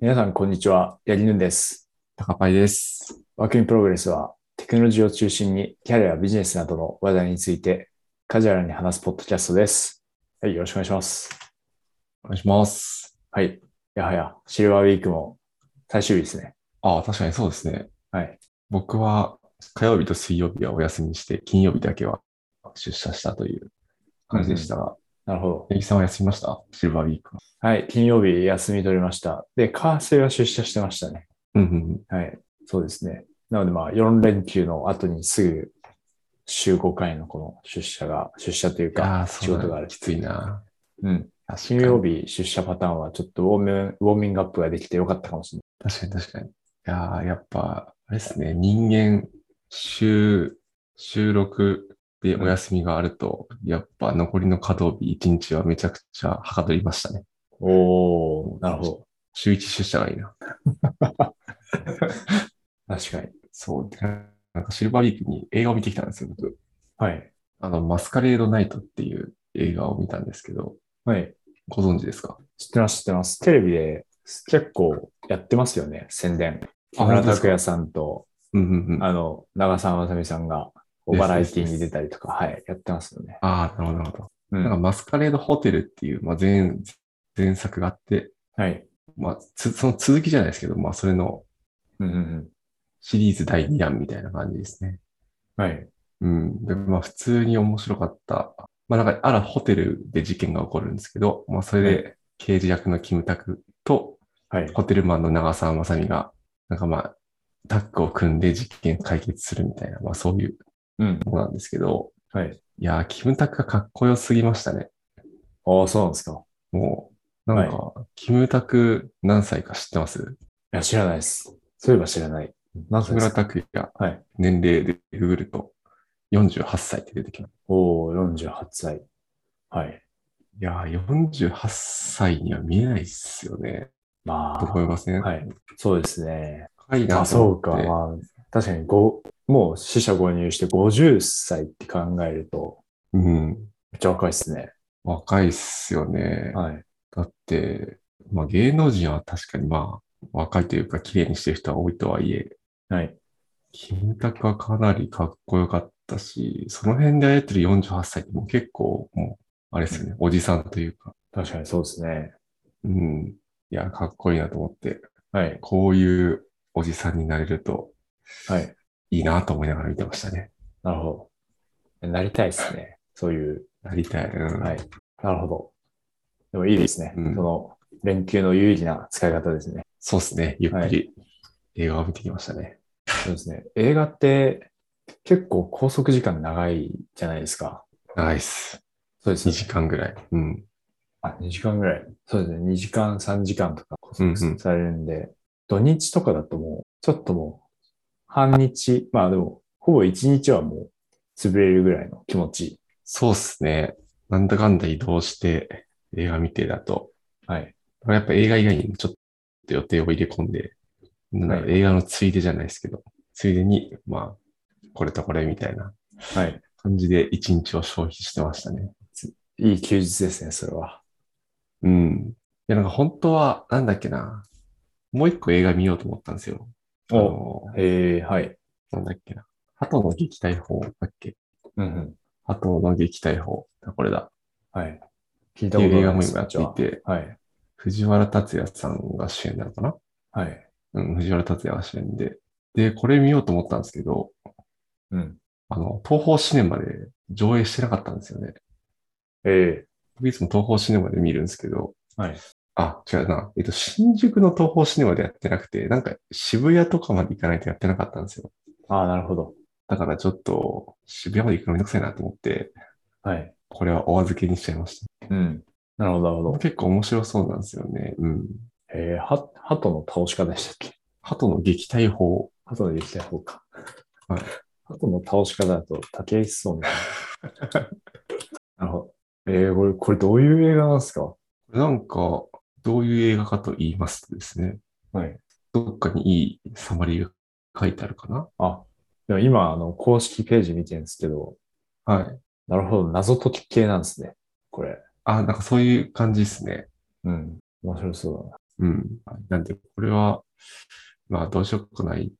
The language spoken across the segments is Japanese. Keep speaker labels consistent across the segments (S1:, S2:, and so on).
S1: 皆さん、こんにちは。ヤギヌンです。
S2: 高パイです。
S1: ワークインプログレスは、テクノロジーを中心に、キャリア、ビジネスなどの話題について、カジュアルに話すポッドキャストです。はい、よろしくお願いします。
S2: お願いします。
S1: はい。いやはや、シルバーウィークも最終日ですね。
S2: ああ、確かにそうですね。
S1: はい。
S2: 僕は火曜日と水曜日はお休みして、金曜日だけは出社したという感じでしたが、
S1: なるほど。
S2: 八木さんは休みましたシルバーウィークは。
S1: はい、金曜日休み取りました。で、カーセイは出社してましたね。
S2: うんうん
S1: はい、そうですね。なので、まあ、4連休の後にすぐ、週5回のこの出社が、出社という
S2: うん。あ
S1: か
S2: あ、、
S1: 仕
S2: そう
S1: 事があ
S2: だね
S1: る。
S2: きつい。な。
S1: うん。
S2: 確か
S1: 金
S2: に。
S1: 曜日出社パターンはちょっとウォーミンウォーミングアップができてよかったかもしれ
S2: 確かに確かに。いやーやっぱ、あれですね、人間、週、収録でお休みがあると、やっぱ残りの稼働日1日はめちゃくちゃはかどりましたね。
S1: ない。おおなる
S2: る
S1: ほ
S2: ほ
S1: ど。
S2: 週1出社がいいな。
S1: 確かに。
S2: そう、でなんかシルバーウィークに映画を見てきたんですよ、僕。
S1: はい。
S2: あの、マスカレードナイトっていう映画を見たんですけど、
S1: はい。
S2: ご存知ですか
S1: 知ってます、知ってます。テレビで結構やってますよね、宣伝。木
S2: あ
S1: 村
S2: 本当です
S1: 拓
S2: か
S1: 哉さんと、
S2: うんうんうん。あ
S1: あの、長澤まさみさんが、お
S2: です
S1: バラエティに出たりとか、はい、やってますよね。
S2: あー、なるほど、なるほど。
S1: う
S2: なんか
S1: ん。
S2: マスカレードホテルっていう、まあ、前、前作があって、
S1: はい。
S2: まあ、つその続きじゃないですけど、まあ、それの
S1: うんうんうん。
S2: シリーズ第2弾みたいな感じですね。
S1: はい。
S2: うん。で、まあ、普通に面白かった。まあ、なんか、あら、ホテルで事件が起こるんですけど、まあ、それで、刑事役のキムタクと、
S1: はい。
S2: ホテルマンの長澤まさみが、なんかまあ、タッグを組んで実験解決するみたいな、まあそういう
S1: うん。
S2: ものなんですけど、
S1: はい。
S2: いやー、キムタクがかっこよすぎましたね。
S1: ああ、そうなんですか。
S2: もう、なんか、キムタク何歳か知ってます
S1: いや、知らないです。そういえば知らない。何
S2: 木
S1: 歳です
S2: 村
S1: か
S2: 拓哉、
S1: はい
S2: 年齢でググると48歳って出てきます。
S1: おお48歳。はい。
S2: いやー、48歳には見えないっすよね。
S1: ま
S2: と
S1: あ、
S2: 思いません
S1: はい。そうですね。
S2: 若いな
S1: あ、
S2: と
S1: そ
S2: 思
S1: うか。
S2: って。
S1: まあ、確かに、ご、もう死者誤入して50歳って考えると、
S2: うん。
S1: めっちゃ若いですね。
S2: 若いっすよね。
S1: はい。
S2: だって、まあ、芸能人は確かにまあ若いというか綺麗にしてる人は多いとはいえ、
S1: はい。
S2: キムタクはかなりかっこよかったし、その辺でやってる48歳ってもう結構もう、あれですよね、おじさんというか、
S1: 確かにそうですね。
S2: うん。いや、かっこいいなと思って、
S1: はい。
S2: こういうおじさんになれると
S1: はい。
S2: いいなと思いながら見てましたね。
S1: なるほど。なりたいですね。そういう。
S2: なりたい。うん
S1: はい。なるほど。でもいいですね。
S2: うん
S1: その、連休の有意義な使い方ですね。
S2: そうですね、ゆっくり映画を見てきましたね。
S1: そうですね。映画って、結構拘束時間長いじゃないですか。
S2: ナイス。
S1: そうです
S2: 2
S1: ね。
S2: 時間ぐらい。うん。
S1: あ、2時間ぐらい。そうですね。2時間、3時間とか
S2: うんうん
S1: 拘束されるんで、土日とかだともう、ちょっともう、半日、まあでも、ほぼ1日はもう、潰れるぐらいの気持ち。
S2: そうっすね。なんだかんだ移動して映画見てだと、
S1: はい。
S2: やっぱ映画以外にもちょっと予定を入れ込んで、なんだろう
S1: はい
S2: 映画のついでじゃないですけど、ついでに、まあ、これとこれみたいな
S1: はい。
S2: 感じで一日を消費してましたね。
S1: いい休日ですね、それは。
S2: うん。いや、なんか本当は、なんだっけな。もう一個映画見ようと思ったんですよ。あ
S1: お、
S2: の、
S1: えー、はい。
S2: なんだっけな。鳩の撃退法だっけ
S1: うんうん。
S2: 鳩の撃退法。これだ。
S1: はい。聞い
S2: って
S1: たこ
S2: い
S1: と
S2: う映
S1: ない
S2: 画
S1: で
S2: も
S1: す
S2: 今やっていて、
S1: こっちははい。
S2: 藤原達也さんが主演なのかな
S1: はい。
S2: うん、藤原達也が主演で。で、これ見ようと思ったんですけど、
S1: うん。
S2: あの、東宝シネマで上映してなかったんですよね。
S1: え
S2: 僕いつも東宝シネマで見るんですけど、
S1: ー、はい。
S2: あ、違うな。えっと、新宿の東宝シネマでやってなくて、なんか渋谷とかまで行かないとやってなかったんですよ。
S1: ああ、なるほど。
S2: だからちょっと渋谷まで行くのめんどくさいなと思って、
S1: はい。
S2: これはお預けにしちゃいまし
S1: うん。なるほど、なるほ
S2: た。
S1: ど。
S2: 結構面白そうなんですよね。うん。
S1: えー、は、鳩の倒し方でしたっけ
S2: 鳩の撃退法。
S1: 鳩の撃退法か。
S2: はい。
S1: 鳩の倒し方だと竹井そうみたい な。なるほど。えー、これ、これどういう映画なんですか
S2: なんか、どういう映画かと言いますとですね、
S1: はい。
S2: どっかにいいサマリーが書いてあるかな
S1: あ、でも今、あの、公式ページ見てるんですけど、
S2: はい。
S1: なるほど、謎解き系なんですね。これ。
S2: あ、なんかそういう感じですね。
S1: うん。面白そう
S2: うん。なんで、これは、まあ、どうしようかない。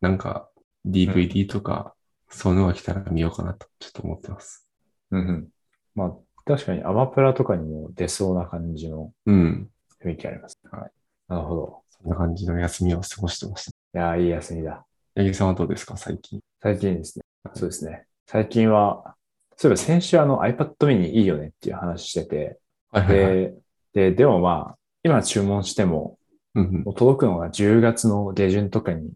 S2: なんか、DVD とか、そういうのが来たら見ようかなと、ちょっと思ってます。
S1: うんうん。まあ、確かにアマプラとかにも出そうな感じの
S2: うん。
S1: 雰囲気あります。
S2: はい。
S1: なるほど。
S2: そんな感じの休みを過ごしてました。
S1: いやー、いい休みだ。
S2: 八木さんはどうですか、最近。
S1: 最近ですね。そうですね。最近は、そういえば先週あの iPad mini いいよねっていう話してて、
S2: はいはいはい。
S1: で、で、でもまあ、今注文しても、
S2: うんうん
S1: もう届くのが10月の下旬とかに、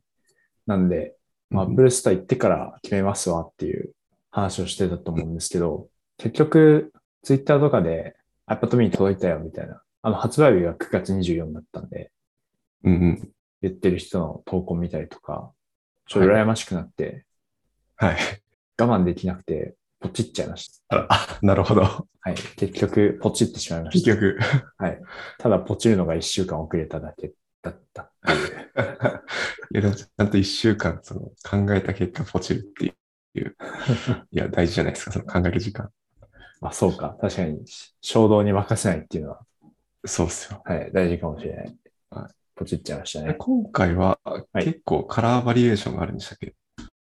S1: なんで、まあ、
S2: う
S1: Apple
S2: ん
S1: Store 行ってから決めますわっていう話をしてたと思うんですけど、結局、Twitter とかで iPad mini 届いたよみたいな、あの、発売日が9月24だったんで、
S2: うんうん。
S1: 言ってる人の投稿見たりとか、ちょっ
S2: は
S1: と
S2: い
S1: 羨ましくなって、
S2: はい。
S1: 我慢できなくて、ポチっちゃいました。
S2: あら、あなるほど。
S1: はい。結局、ポチってしまいまし
S2: 結
S1: た。
S2: 局。
S1: ただ、ポチるのが1週間遅れただけだった。
S2: いや、でもちゃんと一週間、その、考えた結果、ポチるっていう。いや、大事じゃないですか、その考える時間。
S1: まあ、そうか。確かに、衝動に任せないっていうのは、
S2: そうっすよ。
S1: はい、大事かもしれない。
S2: はい
S1: ポチっちゃいました
S2: え
S1: ね。
S2: 今回は、
S1: い
S2: 結構カラーバリエーションがあるんでしたっけ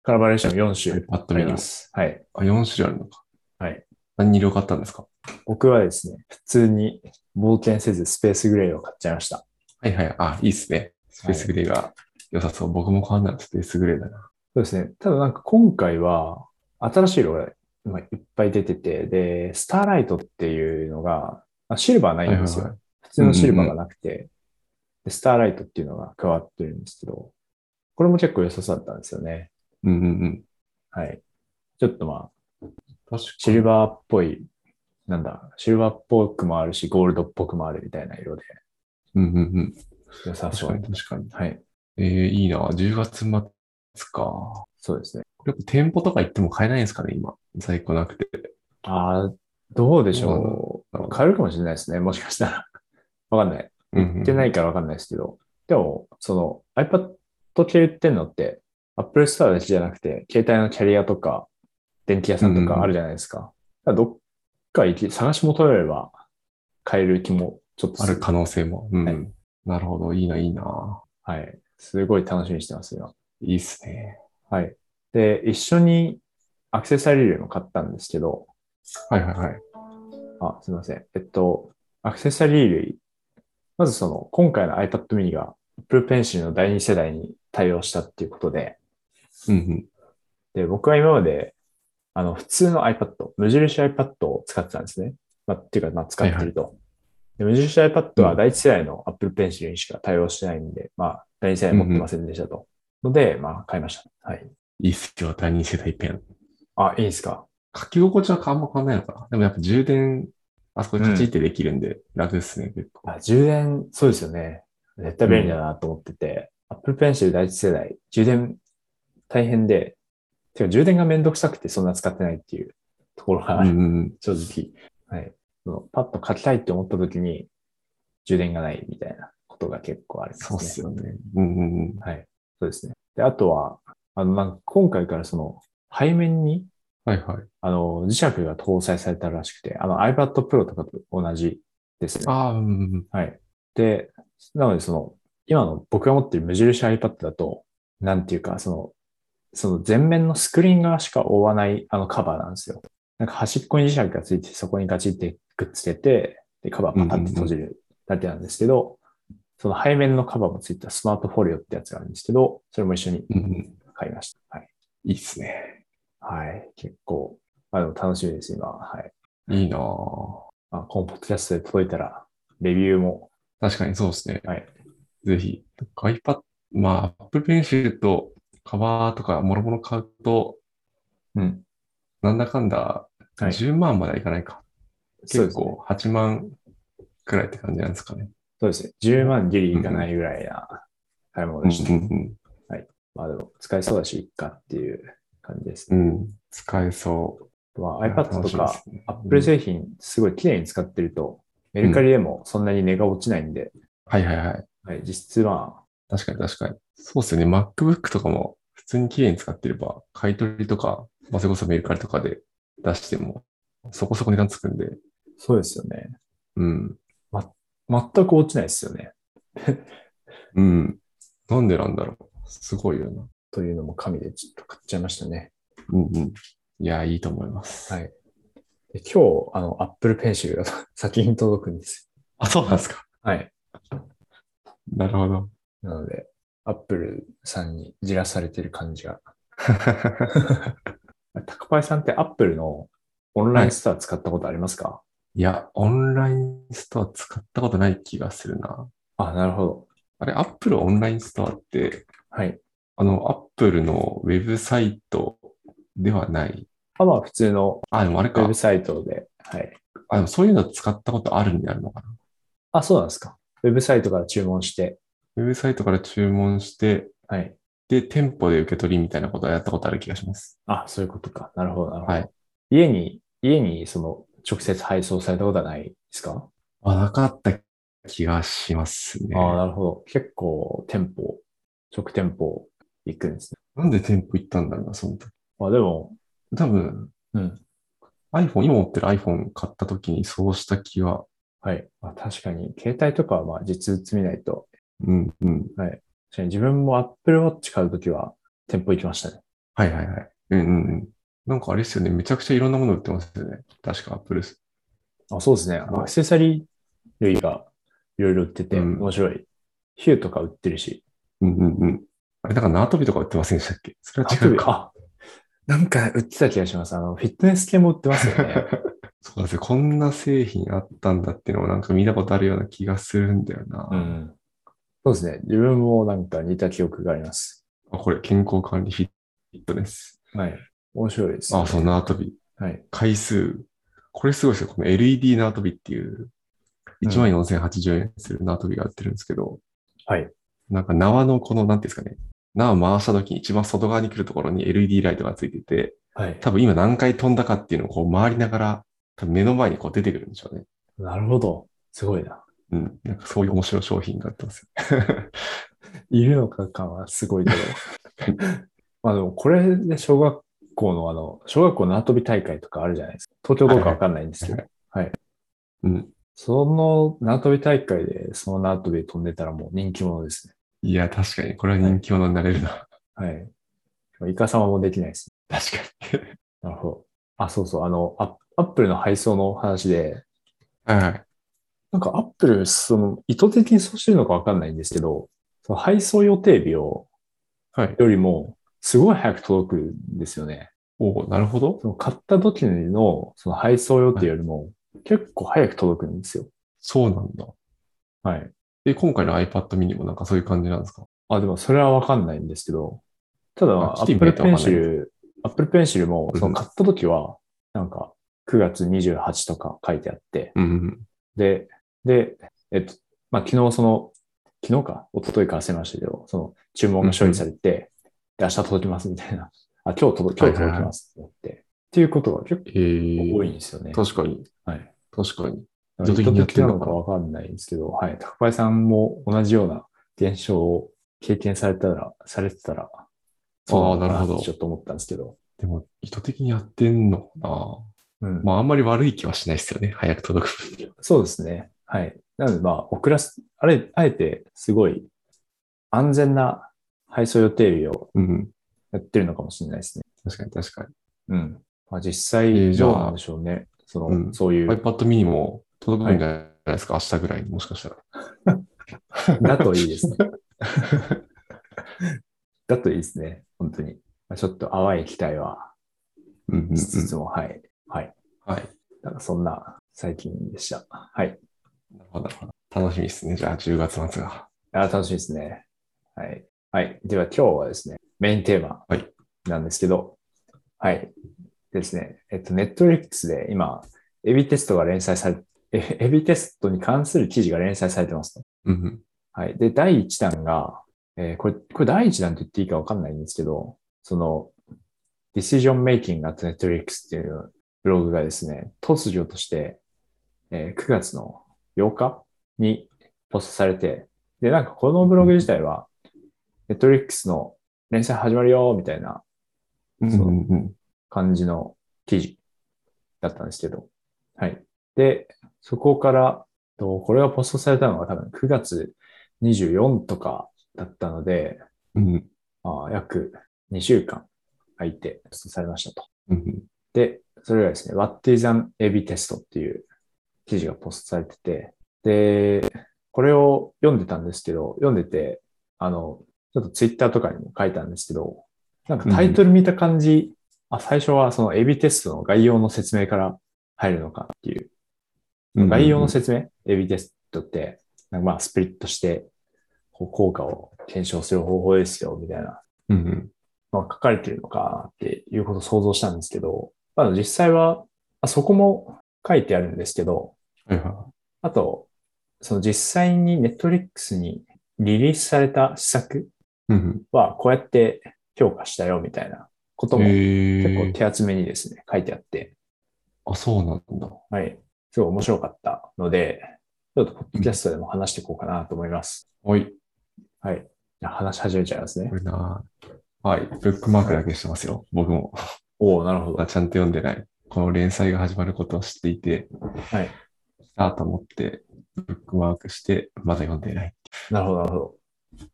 S1: カラーバリエーション4種
S2: ?iPad
S1: あり
S2: mini
S1: ま
S2: も。
S1: す。はい。
S2: あ、4種類あるのか。
S1: はい。
S2: 何色買ったんですか
S1: 僕はですね、普通に冒険せずスペースグレーを買っちゃいました。
S2: はいはい。あ、いいっすね。スペースグレーが良さそう。僕も買わないスペースグレーだな。
S1: そうですね。ただなんか今回は、新しい色が今いっぱい出てて、で、スターライトっていうのが、あシルバーないんですよ。
S2: はいはい
S1: 普通のシルバーがなくて、でスターライトっていうのが加わってるんですけど、これも結構良さそうだったんですよね。
S2: うんうんうん。
S1: はい。ちょっとまあ、
S2: 確か
S1: シルバーっぽい、なんだ、シルバーっぽくもあるし、ゴールドっぽくもあるみたいな色で、
S2: に。うんうんうん。
S1: 良さ
S2: 確
S1: そ
S2: か
S1: う
S2: に。確かに。
S1: はい。
S2: えー、いいな。10月末か。こ
S1: そうですね。
S2: れやっぱ店舗とか行っても買えないんですかね、今。在庫なくて。
S1: ああ、どうでし
S2: なる
S1: ょ
S2: なる
S1: う。
S2: ほど
S1: 変えるかもしれないですね。もしかしたら。 わかんない。
S2: うんう
S1: 売
S2: ん
S1: ってないからわかんないですけど。でも、その iPad 系売ってんのって、Apple Store だけじゃなくて、携帯のキャリアとか、電気屋さんとかあるじゃないですか。だからどっか行き、探し求めれば買える気もちょっと
S2: あ
S1: す
S2: る可能性も。うん。
S1: はい
S2: なるほど。いいな、いいな。
S1: はい。すごい楽しみにしてますよ。
S2: いいっすね。
S1: はい。で、一緒にアクセサリー類も買ったんですけど、
S2: はいはいはい。
S1: あ、すいません。えっと、アクセサリー類、まずその、今回の iPad mini が Apple Pencil の第2世代に対応したっていうことで、
S2: うんうん。
S1: で、僕は今まで、あの、普通の iPad、無印 iPad を使ってたんですね。まあ、っていうか、まあ、使ってると。で無印 iPad は第1世代の Apple Pencil にしか対応してないんで、まあ、第2世代持ってませんでしたと。ので、まあ、買いました。はい。
S2: いいっすよ。第二世代ペン。
S1: あ、いいですか。
S2: 書き心地はあんま変わんないのかな。でもやっぱ充電、あそこでカチってできるんで、楽っすね、結構。
S1: あ充電、そうですよね。絶対便利だなと思ってて、Apple Pencil 第一世代、充電大変で、てか充電がめんどくさくてそんな使ってないっていうところが、
S2: うんうんうん。
S1: 正直。はい。そのパッと書きたいって思った時に、充電がないみたいなことが結構ありますね。
S2: そうっすよね。うんうんうん。
S1: はい。そうですね。で、あとは、あの、なんか今回からその、背面に、
S2: はいはい。
S1: あの、磁石が搭載されたらしくて、あの iPad Pro とかと同じですね。
S2: ああ、うんうんうん。
S1: はい。で、なのでその、今の僕が持ってる無印 iPad だと、なんていうか、その、その前面のスクリーン側しか覆わないあのカバーなんですよ。なんか端っこに磁石がついて、そこにガチってくっつけて、で、カバーパカって閉じるだけなんですけど、その背面のカバーもついたスマートフォリオってやつがあるんですけど、それも一緒に
S2: うんうん。
S1: 買いました。はい。
S2: いいっすね。
S1: はい。結構、まあでも楽しみです、今。はい。
S2: いいなぁ。
S1: まあ、このポッドキャストで届いたら、レビューも、
S2: 確かにそうですね。
S1: はい。
S2: ぜひ。iPad、まあ、Apple Pencil とカバーとかもろもろ買うと、
S1: うん。
S2: なんだかんだ
S1: はい
S2: 10万まではいかないか。
S1: そう
S2: 結
S1: ですね
S2: 構8万くらいって感じなんですかね。
S1: そうですね。10万ギリいかないぐらいな買い物
S2: う
S1: でした。
S2: んうん
S1: まあでも、使えそうだし、いっかっていう感じです
S2: う
S1: ね。
S2: ん。うん。使えそう。
S1: まあ、iPad とか
S2: 楽しみですね
S1: Apple 製品、すごい綺麗に使ってると、メルカリでもそんなに値が落ちないんで、
S2: はいはいはい。
S1: はい、実質は、
S2: 確かに確かに。そうですよね。MacBook とかも普通に綺麗に使ってれば、買い取りとか、まあ、それこそメルカリとかで出しても、そこそこ値段つくんで、
S1: そうですよね。
S2: うん。
S1: 全く落ちないですよね。
S2: うん。なんでなんだろう。すごいよな。
S1: というのも神でちょっと買っちゃいましたね。
S2: うんうん。いや、いいと思います。
S1: はいで今日、あの、Apple Pencil が先に届くんです
S2: あ、そうなんですか。
S1: よ。はい。
S2: なるほど。
S1: なので、Apple さんにじらされてる感じが。宅配さんって Apple のオンラインストア使ったことありますか、
S2: いや、オンラインストア使ったことない気がするな。
S1: あ、なるほど。
S2: あれ、アップルオンラインストアって、
S1: はい。
S2: あの、アップルのウェブサイトではない。
S1: あまあ、普通の
S2: あ、でもあれ
S1: ウェ
S2: か
S1: ブ。サイトで、はい。
S2: あ、でもそういうの使ったことあるになるのかな。
S1: あ、そうなんですか。ウェブサイトから注文して、
S2: ウェブサイトから注文して、
S1: はい。
S2: で、店舗で受け取りみたいなことをやったことある気がします。
S1: あ、そういうことか。なるほど、なるほど。
S2: はい
S1: 家に、家にその直接配送されたことはないですか、
S2: あ、なかった気がしますね。
S1: ああ、なるほど。結構店舗、直店舗行くんですね。
S2: なんで店舗行ったんだろうな、その時。
S1: まあでも、
S2: 多分、
S1: うん。
S2: iPhone、今持ってる iPhone 買った時にそうした気は、
S1: はい。まあ確かに、携帯とかはまあ実物見ないと。
S2: うん、うん。
S1: 確かに自分も Apple Watch 買うときは店舗行きましたね。
S2: はいはいはい。うんうんうん。なんかあれですよね。めちゃくちゃいろんなもの売ってますよね。確かアップルス。
S1: あ、そうですね。アクセサリー類がいろいろ売ってて
S2: うん
S1: 面白い。ヒューとか売ってるし。
S2: うんうんうん。あれ、なんか縄跳びとか売ってませんでしたっけそれは
S1: あ
S2: 違うか。
S1: あ、なんか売ってた気がします。あの、フィットネス系も売ってますよ ね。
S2: そうなんですよ。こんな製品あったんだっていうのをなんか見たことあるような気がするんだよな。
S1: ん。そうですね。自分もなんか似た記憶があります。
S2: あこれ、健康管理フィットネス。
S1: はい。面白いです、
S2: あ、そう、縄跳び。
S1: はい。
S2: 回数。これすごいですよ。この LED 縄跳びっていう、
S1: うん
S2: 14,080円する縄跳びが売ってるんですけど、
S1: はい。
S2: なんか縄のこの、なんていうんですかね、縄を回した時に一番外側に来るところに LED ライトがついてて、
S1: はい。
S2: 多分今何回飛んだかっていうのをこう回りながら、多分目の前にこう出てくるんでしょうね。
S1: なるほど。すごいな。
S2: うん。なんかそういう面白い商品があったんですよ。
S1: いるのか感はすごいけど。 まあでも、これで小学校のあの、小学校縄跳び大会とかあるじゃないですか。東京どうかわかんないんですけど。
S2: うん。
S1: その縄跳び大会で、その縄跳びで飛んでたらもう人気者ですね。
S2: いや、確かに。これは人気者になれるな。
S1: はい。イカ様もできないです。
S2: 確かに。
S1: なるほど。あ、そうそう。あの、アアップルの配送の話で、
S2: はいはい。
S1: なんかアップル、その、意図的にそうしてるのかわかんないんですけど、その配送予定日を、
S2: はい。
S1: よりも、すごい早く届くんですよね。
S2: おおなるほど。
S1: その買った時の、その配送予定よりも、結構早く届くんですよ。
S2: そうなんだ。
S1: はい。
S2: え、今回の iPad mini もなんかそういう感じなんですか
S1: あ、でもそれはわかんないんですけど、ただ、
S2: あ来てみ
S1: Apple
S2: ないとわかんない
S1: Pencil、Apple Pencil も、そ
S2: うん
S1: の買った時は、なんか、9月28とか書いてあって、
S2: うんうん。
S1: で、で、えっと、まあ、昨日その、昨日か、一昨日か忘れましたけど、その注文が処理されて、で明日届きますみたいな。あ、今日届、今日届きますって思って。っていうことが結
S2: えー、
S1: 構多いんですよね。
S2: 確かに。
S1: はい。
S2: 確かに。
S1: 意図
S2: 意図的にやっ
S1: 的
S2: て
S1: なんの
S2: の
S1: か
S2: かな
S1: わかんないんですけど、はい。高林さんも同じような現象を経験されたら、されてたら、そうのか
S2: なるほど
S1: ってちょっと思ったんですけど。
S2: でも、意図的にやってんのかな
S1: うん。
S2: まあ、あんまり悪い気はしないですよね。早く届く分には。
S1: そうですね。はい。なので、まあ、遅らす、あれ、あえて、すごい、安全な配送予定日を
S2: うん。
S1: やってるのかもしれないですね。
S2: 確かに、確か
S1: うん。まあ、実
S2: えー
S1: 際、
S2: じゃ
S1: ど
S2: あ
S1: うなんでしょうね。その、
S2: うん
S1: そうい
S2: に。
S1: う、
S2: iPad mini も届くんじゃないですか、明日ぐらいに、もしかしたら。
S1: だ といいですね。 だといいですね。本当に。まあ、ちょっと淡い期待は
S2: うんうんうん
S1: しつつも、はい。はい。
S2: はい。
S1: なんかそんな最近でした。はい。
S2: なるほどなるほど。楽しみですね。じゃあ、10月末が。
S1: あ楽しみですね。はい。はい。では今日はですね、メインテーマ
S2: はい
S1: なんですけど、はい。ですね。えっと、ネットフリックスで今、エビテストが連載され、えエビテストに関する記事が連載されてますと。
S2: うんうん。
S1: はい。で、第1弾が、えーこれ、これ第1弾と言っていいかわかんないんですけど、その、Decision Making at Netflix っていうブログがですね、突如として、えー9月の8日にポストされて、で、なんかこのブログ自体は、Netflix の連載始まるよ、みたいな
S2: うん
S1: そう
S2: うんうん。
S1: 感じの記事だったんですけど、はい。で、そこからと、これがポストされたのが多分9月24とかだったので、
S2: うん。
S1: あー約2週間空いてポストされましたと。
S2: うん。
S1: で、それがですね、What is an AB test っていう記事がポストされてて、で、これを読んでたんですけど、読んでて、あの、ちょっとツイッターとかにも書いたんですけど、なんかタイトル見た感じ、あ最初はその AB テストの概要の説明から入るのかっていう
S2: うん
S1: 概要の説明、AB テストって、なんかまあスプリットして、こう効果を検証する方法ですよ、みたいな
S2: うんうん。
S1: のが書かれてるのかなっていうことを想像したんですけど、まあ、実際は、あそこも書いてあるんですけど、
S2: はいは
S1: あと、その実際に Netflix にリリースされた施策
S2: い。うん
S1: はこうやって評価したよみたいなこと
S2: うん。
S1: も
S2: へ
S1: 結構
S2: え。
S1: 手厚めにですね、書いてあって、
S2: あ、そうなんだ。
S1: はい。すごい面白かったので、ちょっとポッドキャストでも話していこうかなと思います。
S2: はい。
S1: はい。じゃあ話し始めちゃいますね
S2: こ。れな。はい。ブックマークだけしてますよ。僕も。
S1: おおなるほど
S2: ま。ちゃんと読んでない。この連載が始まることを知っていて、
S1: はい。
S2: ああと思って、ブックマークして、まだ読んでない。
S1: なるほど、なるほど。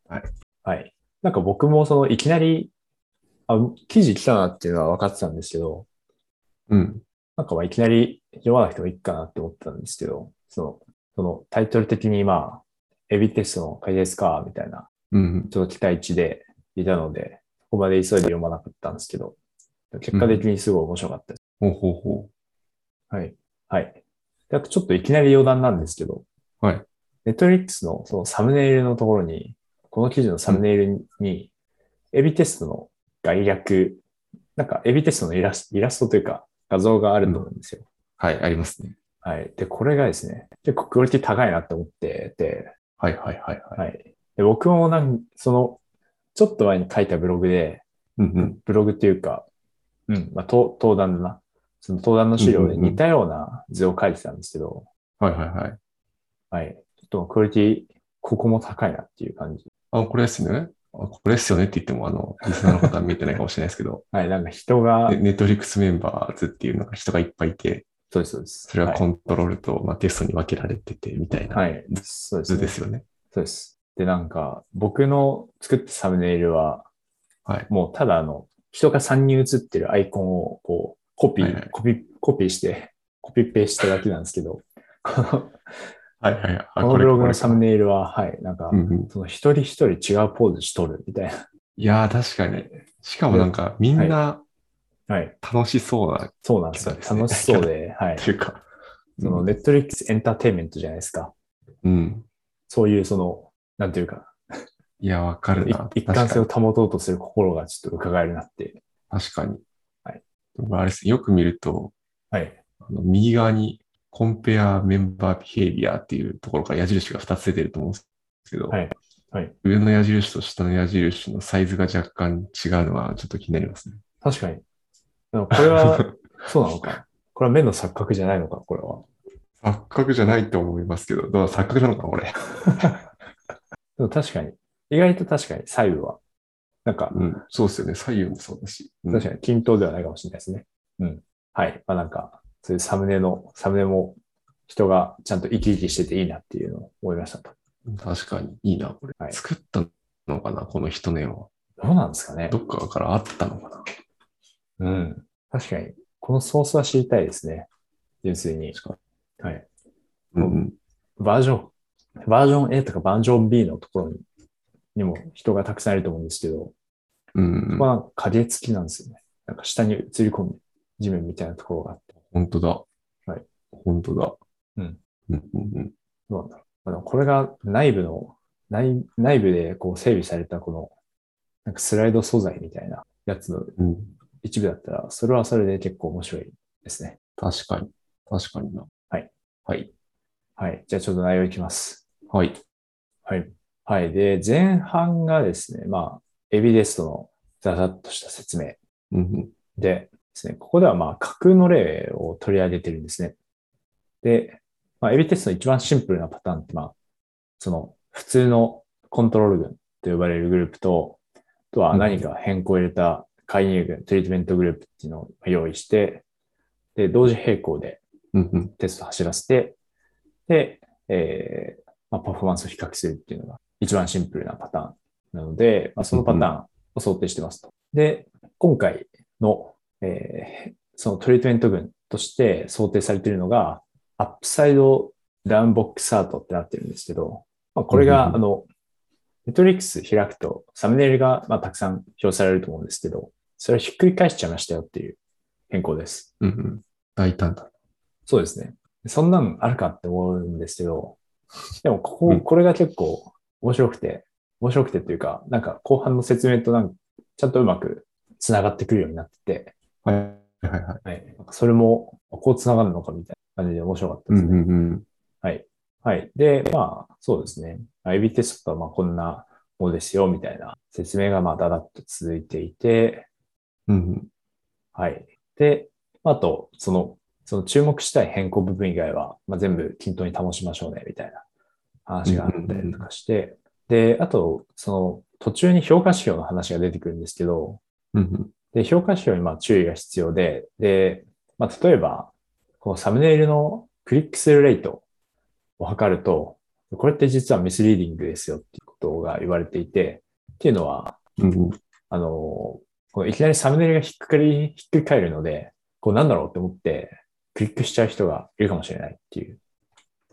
S2: はい。
S1: はい。なんか僕もそのいきなり、あ、記事来たなっていうのは分かってたんですけど、
S2: うん。
S1: なんかまあいきなり読まなくてもいいかなって思ってたんですけど、その、そのタイトル的にまあ、エビテストの解説か、みたいな、
S2: うん。
S1: ちょっと期待値でいたので、そこまで急いで読まなかったんですけど、結果的にすごい面白かったです。
S2: ほうほうほ
S1: はい。はい。であとちょっといきなり余談なんですけど、
S2: はい。
S1: ネットフリックスのそのサムネイルのところに、この記事のサムネイルに、エビテストの概略、なんかエビテストのイラスイラストというか画像があると思うんですよ。
S2: う。はい、ありますね。
S1: はい。で、これがですね、結構クオリティ高いなって思ってて、
S2: はいはいはいはい。
S1: はい。で僕もなん、その、ちょっと前に書いたブログで、
S2: うんうん。
S1: ブログっていうか、うん、まあ、登登壇だな。その登壇の資料で似たような図を書いてたんですけど、
S2: はいはいはい。
S1: はい。ちょっとクオリティ、ここも高いなっていう感じ。
S2: あ、これですよね。あこれですよねって言っても、あの、リスナーの方は見えてないかもしれないですけど、
S1: はい。なんか人が、
S2: ネットフリックスメンバーズっていうなんか人がいっぱいいて、
S1: そうです、そうです。
S2: それは
S1: はい
S2: コントロールと、まあ、テストに分けられててみたいな
S1: はい。そうです
S2: 図
S1: ね、
S2: ですよね。
S1: そうです。で、なんか、僕の作ったサムネイルは、
S2: はい
S1: もうただあの、人が3人写ってるアイコンを、こう、コピー、
S2: はいはい
S1: コピー、コピーして、コピペしただけなんですけど、この、
S2: はいはいはい。
S1: こ
S2: あ
S1: のブログのサム
S2: ネ
S1: ネイルは、はい、なんか、
S2: うんうん。
S1: その一人一人違うポーズしとるみたい
S2: いやー、確かに。しかもなんか、みんな
S1: な。はい。
S2: 楽しそうな、
S1: そうなんですよ。
S2: そう
S1: 楽
S2: で
S1: し
S2: すね
S1: そうで、はい
S2: と。いうか、
S1: その、ネットリックスエンターテインメントじゃないですか。
S2: うん。
S1: そういう、その、なんていうか、
S2: いや、わかる
S1: い
S2: な。
S1: 一貫性
S2: 確
S1: を保とうとする心がちょっと伺えるなって。
S2: かに。確かに。
S1: はい
S2: まあ、あれですね、よく見ると、
S1: はい。
S2: あの右側に、コンペアメンバービヘイビアっていうところから矢印が2つ出てると思うんですけど、
S1: はいはい
S2: 上の矢印と下の矢印のサイズが若干違うのはちょっと気になりますね。
S1: 確かに。でもこれは、 そうなのか。これは目の錯覚じゃないのか、これは。
S2: 錯覚じゃないと思いますけど、どう錯覚なのかな、俺。
S1: でも確かに。意外と確かに左右は。なんか、
S2: うん、そうですよね。左右もそうだし。うん
S1: 確かに均等ではないかもしれないですね。うん。はい。まあなんか、そういうサムネの、サムネも人がちゃんと生き生きしてていいなっていうのを思いましたと。
S2: 確かに、いいな、これ。
S1: はい
S2: 作ったのかな、この人ねは。
S1: どうなんですかね
S2: ど。っかからあったのかな。
S1: うん。確かに。このソースは知りたいですね。純粋に。
S2: 確か
S1: はい。
S2: に。うん、
S1: バージョン、バージョン A とかバージョン B のところににも人がたくさんいると思うんですけど、
S2: うん、
S1: まあ、影付きなんですよね。なんか下に映り込む地面みたいなところがあって。
S2: 本当だ。
S1: はい。
S2: 本当だ。
S1: うん。
S2: うん、うん、
S1: どうなんだろう。まあでもこれが内部の、内内部でこう整備されたこの、なんかスライド素材みたいなやつの
S2: うん。
S1: 一部だったら、それはそれで結構面白いですね。
S2: 確かに。確かにな。
S1: はい。
S2: はい。
S1: はい。じゃあちょっと内容いきます。
S2: はい。
S1: はい。はい。で、前半がですね、まあ、エビデストのざざっとした説明
S2: うん、うん。
S1: でですね、ここではまあ架空の例を取り上げてるんですね。で、まあ、エビテストの一番シンプルなパターンって、まあ、その普通のコントロール群と呼ばれるグループと、あとは何か変更を入れた介入群、トリートメントグループっていうのを用意して、で、同時並行で
S2: うん、うん。
S1: テスト走らせて、で、えーまあ、パフォーマンスを比較するっていうのが一番シンプルなパターンなので、まあ、そのパターンを想定してますと。で、今回の、えーそのトリートメント群として想定されているのが、アップサイドダウンボックスアートってなってるんですけど、まあ、これ
S2: うんうん
S1: が、
S2: うん
S1: あの、メトリックス開くとサムネイルが、まあ、たくさん表されると思うんですけど、それをひっくり返しちゃいましたよっていう変更です。
S2: うんうん。大胆だ。
S1: そうですね。そんなんあるかって思うんですけど、でもここ、
S2: うん
S1: これが結構面白くて、面白くてっていうか、なんか後半の説明となんかちゃんとうまく繋がってくるようになってて、
S2: はいはいはい。
S1: はい、なんかそれもこう繋がるのかみたいな感じで面白かった
S2: う
S1: で
S2: ん
S1: すね。
S2: うんうん。
S1: はい。はい。で、まあ、そうですね。IB テストとはまあこんなものですよ、みたいな説明がまあだだっと続いていて、
S2: うんうん。
S1: はい。で、あと、その、その注目したい変更部分以外は、まあ、全部均等に保ちましょうね、みたいな話があったりとかして、で、あと、その、途中に評価指標の話が出てくるんですけど、
S2: うんうん。
S1: で、評価指標にまあ注意が必要で、で、まあ、例えば、このサムネイルのクリックするレートを測ると、これって実はミスリーディングですよっていうことが言われていて、っていうのは、
S2: うんうん。
S1: あの、このいきなりサムネイルがひっくり、ひっくり返るので、こうなんだろうって思って、クリックしちゃう人がいるかもしれないっていう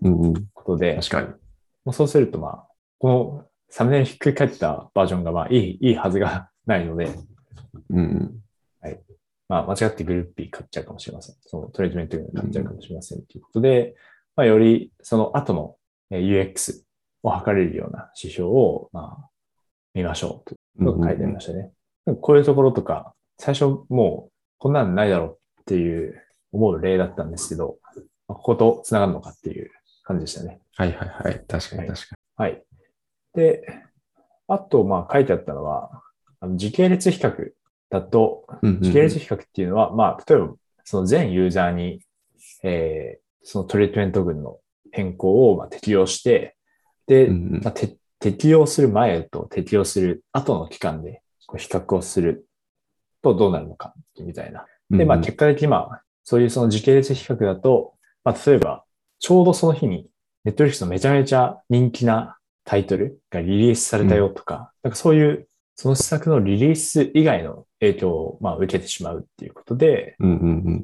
S2: うんうん。
S1: ことで、
S2: 確かに。
S1: もうそうするとまあ、このサムネイルひっくり返ったバージョンがまあいい、いいはずがないので、
S2: うんうん。
S1: まあ間違ってグルーピー買っちゃうかもしれません。そのトレートメントに買っちゃうかもしれませんということで、まあよりその後のえー UX を測れるような指標をまあ見ましょうと
S2: うんうん
S1: 書いてありましたね。こういうところとか、最初もうこんなんないだろうっていう思う例だったんですけど、まあここと繋がるのかっていう感じでしたね。
S2: はいはいはい。確かに確かに。
S1: はい。で、あとまあ書いてあったのは、あの時系列比較だと、
S2: うんうんうん
S1: 時系列比較っていうのは、まあ、例えば、その全ユーザーに、えーそのトリートメント群の変更をまあ適用して、で、
S2: うんうん
S1: まあて適用する前と適用する後の期間でこう比較をするとどうなるのか、みたいな。で、まあ、結果的に、まあ、そういうその時系列比較だと、まあ、例えば、ちょうどその日に、ネットフリックスのめちゃめちゃ人気なタイトルがリリースされたよとか、なんかそういう、その施策のリリース以外の影響を、まあ、受けてしまうっていうことで、
S2: うんうんうん。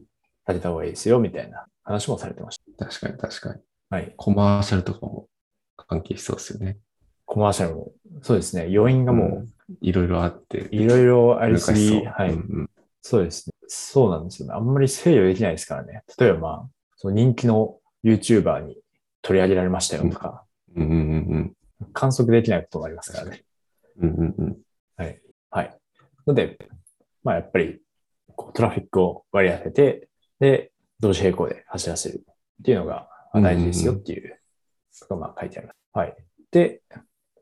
S1: 立てた方がいいですよ、みたいな話もされてまし
S2: 確かに確かに。
S1: た。はい。
S2: コマーシャルとかも関係しそうですよね。
S1: コマーシャルも、そうですね、要因がも
S2: うんいろいろあって。
S1: う、いろいろありす
S2: 難しそ
S1: ぎ、
S2: う
S1: は
S2: う
S1: い
S2: ん。うん
S1: そうですね。そうなんですよね。あんまり制御できないですからね。例えば、まあ、その人気の YouTuber に取り上げられましたよとか、
S2: うんうん
S1: 観測できないこともありますからね。
S2: うん。うんうんうん。
S1: はい。ので、まあ、やっぱり、こう、トラフィックを割り当てて、で、同時並行で走らせるっていうのがまあ大事ですよっていう、ことがまあ書いてあります。はい。で、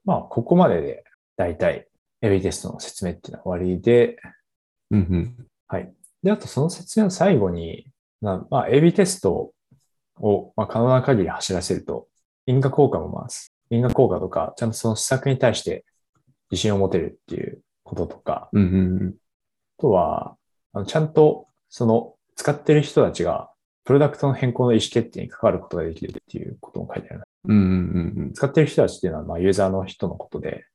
S1: まあ、ここまでで、大体、エビテストの説明っていうのは終わりで、
S2: うんうん。
S1: で、あとその説明の最後に、なまあ、AB テストを、まあ、可能な限り走らせると、因果効果もまあ、因果効果とか、ちゃんとその施策に対して自信を持てるっていうこととか、
S2: うんうん
S1: あとは、あのちゃんとその使ってる人たちが、プロダクトの変更の意思決定に関わることができるっていうことも書いてあります。
S2: うん。うんうんうん
S1: 使ってる人たちっていうのは、まあ、ユーザーの人のことで、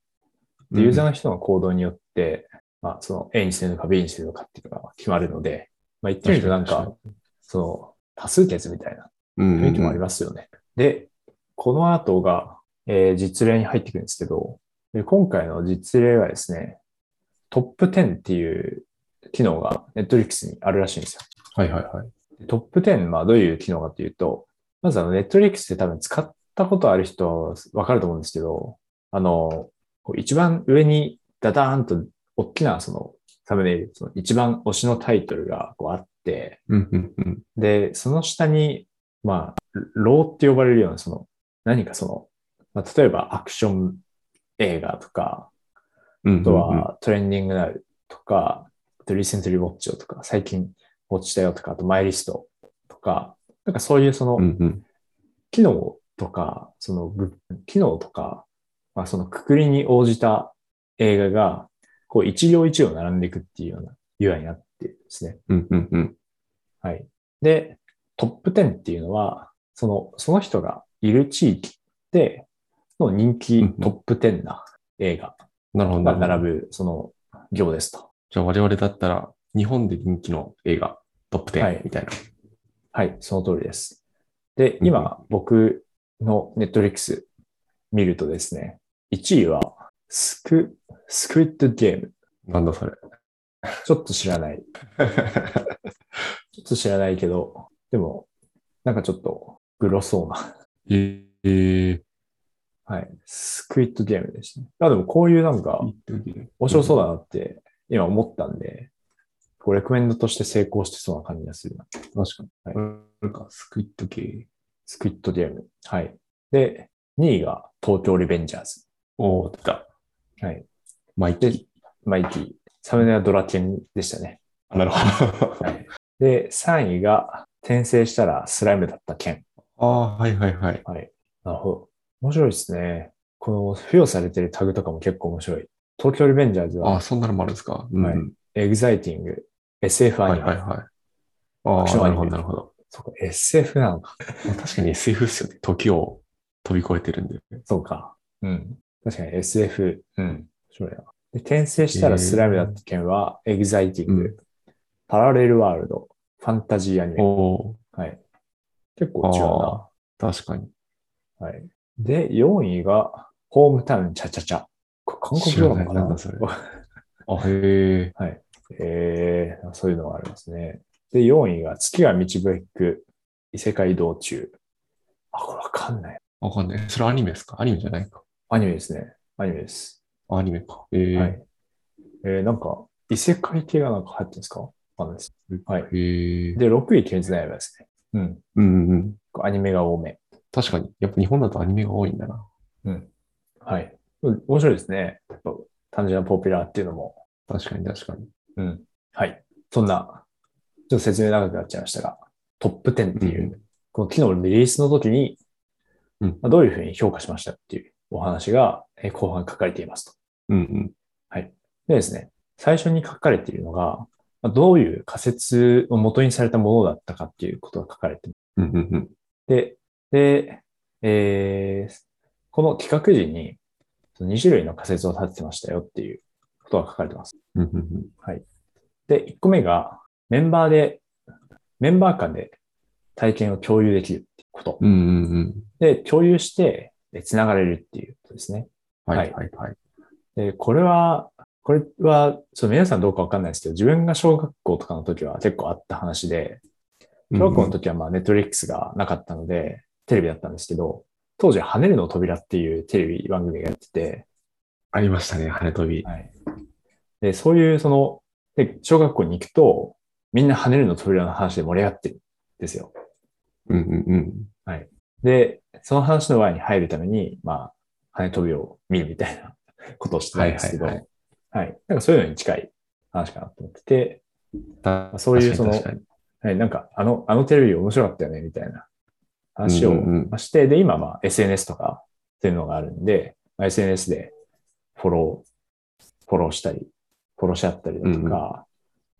S2: うん。
S1: でユーザーの人の行動によって、まあ、その A にするのか B にするのかっていうのが決まるので、まあ、言ってみるとなん
S2: 確
S1: か、その多数決みたいな
S2: うんうん
S1: 雰囲気もありますよね。で、この後が、えー実例に入ってくるんですけど、で今回の実例はですね、トップ10っていう機能が Netflix にあるらしいんですよ。
S2: はいはいはい。
S1: トップ10、まあどういう機能かというと、まずあの、ネットリックスって多分使ったことある人はわかると思うんですけど、あの、こう一番上にダダーンと大きなそのサムネイル、その一番推しのタイトルがこうあって、
S2: うんうんうん。
S1: で、その下に、まあ、ローって呼ばれるような、その、何かその、まあ、例えばアクション映画とか、
S2: うんうんうん
S1: あと、はトレンディングなるとか、あとリセントリーウォッチをとか、最近ウォッチだよとか、あとマイリストとか、なんかそういうその
S2: うんうん。
S1: 機能とか、そのぐ機能とか、まあそのくくりに応じた映画が、こう一行一行並んでいくっていうような UI になってるんですね。
S2: うんうんうん。
S1: はい。で、トップ10っていうのは、その、その人がいる地域での人気
S2: うんうん
S1: トップ10な映画
S2: なるほど。
S1: が
S2: なるほ
S1: 並
S2: ど
S1: ぶその行ですと。
S2: じゃあ我々だったら、日本で人気の映画トップ
S1: はい
S2: 10みたいな。
S1: はい、その通りです。で、
S2: うん
S1: 今、僕のネットフリックス見るとですね、1位はスク、スクイッドゲーム。
S2: なんだそれ。
S1: ちょっと知らない。ちょっと知らないけど、でも、なんかちょっと、グロそうな。
S2: えー、
S1: はい。スクイッドゲームでしたね。あ、でもこういうなんか、面白そうだなって、今思ったんで、こうレコメンドとして成功してそうな感じがするな。
S2: 確かに。
S1: はい
S2: これか、スクイット系。
S1: スクイッドゲーム。はい。で、2位が東京リベンジャーズ。
S2: おお、出た。
S1: はい。
S2: マイキー。
S1: マイティ。サムネはドラケンでしたね。
S2: あなるほど。
S1: はい。で、3位が、転生したらスライムだった剣。
S2: ああ、はいはいはい。
S1: はい。なるほど。面白いですね。この付与されてるタグとかも結構面白い。東京リベンジャーズ
S2: あ
S1: は
S2: あ、、そんなのもあるんですか。うん。
S1: は
S2: はいい
S1: エグザイティング、SF ア
S2: は
S1: ニ
S2: い
S1: メ。
S2: はい。あ
S1: ア
S2: あ、
S1: クションア
S2: な
S1: ニメ
S2: るほどなるほど。
S1: そうか、SF なのか。
S2: 確かに SF っすよね。時を飛び越えてるんで。
S1: そうか。うん。確かに SF。うん。面白いな。で、転生したらスライムだった件は、エグザイティング、
S2: う
S1: パラレルワールド、ファンタジーアニ
S2: お
S1: メ。
S2: お
S1: はい。結構違う
S2: ー、確かに。
S1: な。はい。で、4位が、ホームタウンチャチャチャ。これ韓国ドラマか
S2: 知
S1: な
S2: らないなんだそれあ、へえ。
S1: えー、そういうのがありますね。で、4位が、月が導く異世界道中。あ、これわかんない。
S2: わかんない。それアニメですかアニメじゃないか。
S1: アニメですね。アニメです。
S2: アニメか。ええ。
S1: はい。えー、なんか、異世界系がなんか入ってるんですかわかんないです。はい。
S2: へえ。
S1: で、6位、鬼滅の刃ですね。うん。
S2: うんうん。
S1: こうアニメが多め。
S2: 確かに。やっぱ日本だとアニメが多いんだな。
S1: うん。はい。うん面白いですね。やっぱ単純なポピュラーっていうのも。
S2: 確かに確かに。
S1: うん。はい。そんな、ちょっと説明長くなっちゃいましたが、トップ10っていう、
S2: うん
S1: この機能のリリースの時に、
S2: うん
S1: まあ、どういうふうに評価しましたっていうお話が、えー後半書かれていますと。
S2: うんうん。
S1: でですね、最初に書かれているのが、まあどういう仮説を元にされたものだったかっていうことが書かれて
S2: うんうんうん。
S1: で、で、えーこの企画時にその2種類の仮説を立ててましたよっていうことが書かれてます。
S2: うんうんうん。
S1: で、1個目がメンバーで、メンバー間で体験を共有できるってこと。
S2: うんうんうん。
S1: で、共有して繋がれるっていうことですね。
S2: はい
S1: はい
S2: はいはい。
S1: で、これは、これは、ちょっと皆さんどうかわかんないですけど、自分が小学校とかの時は結構あった話で、小学校の時はまあネットフリックスがなかったので、テレビだったんですけど、当時、跳ねるの扉っていうテレビ番組がやってて、
S2: ありましたね、羽飛び。
S1: はい、でそういう、その、で小学校に行くと、みんな跳ねるの扉の話で盛り上がってるんですよ。
S2: うんうんうん。
S1: で、その話の輪に入るために、まあ、跳ね飛びを見るみたいな ことをしてたんですけど、
S2: は
S1: はいい
S2: は
S1: なんかそういうのに近い話かなと思ってて、
S2: た
S1: そういうその
S2: 確かに
S1: はい、なんか、あの、あのテレビ面白かったよね、みたいな話を
S2: うんうんうん
S1: まあして、で、今、まあ、SNS とかっていうのがあるんで、まあ SNS でフォロー、フォローしたり、フォローし合ったりだとか、
S2: うんうん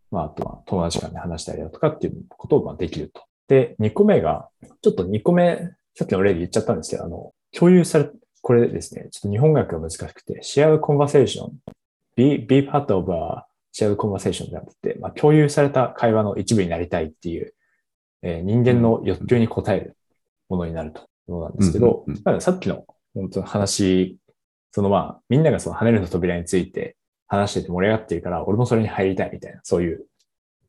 S1: まあ、あとは友達間で話したりだとかっていうことをまあできると。で、2個目が、ちょっと2個目、さっきの例で言っちゃったんですけど、あの、共有され、これですね、ちょっと日本語訳が難しくて、シェア e コンバセーション be, be part of a shared conversation じゃなくて、まあ、共有された会話の一部になりたいっていう、えー人間の欲求に応えるものになるというものなんですけど、
S2: うんうんうん
S1: だからさっきの本当の話、そのまあ、みんながその跳ねるの扉について話してて盛り上がってるから、俺もそれに入りたいみたいな、そういう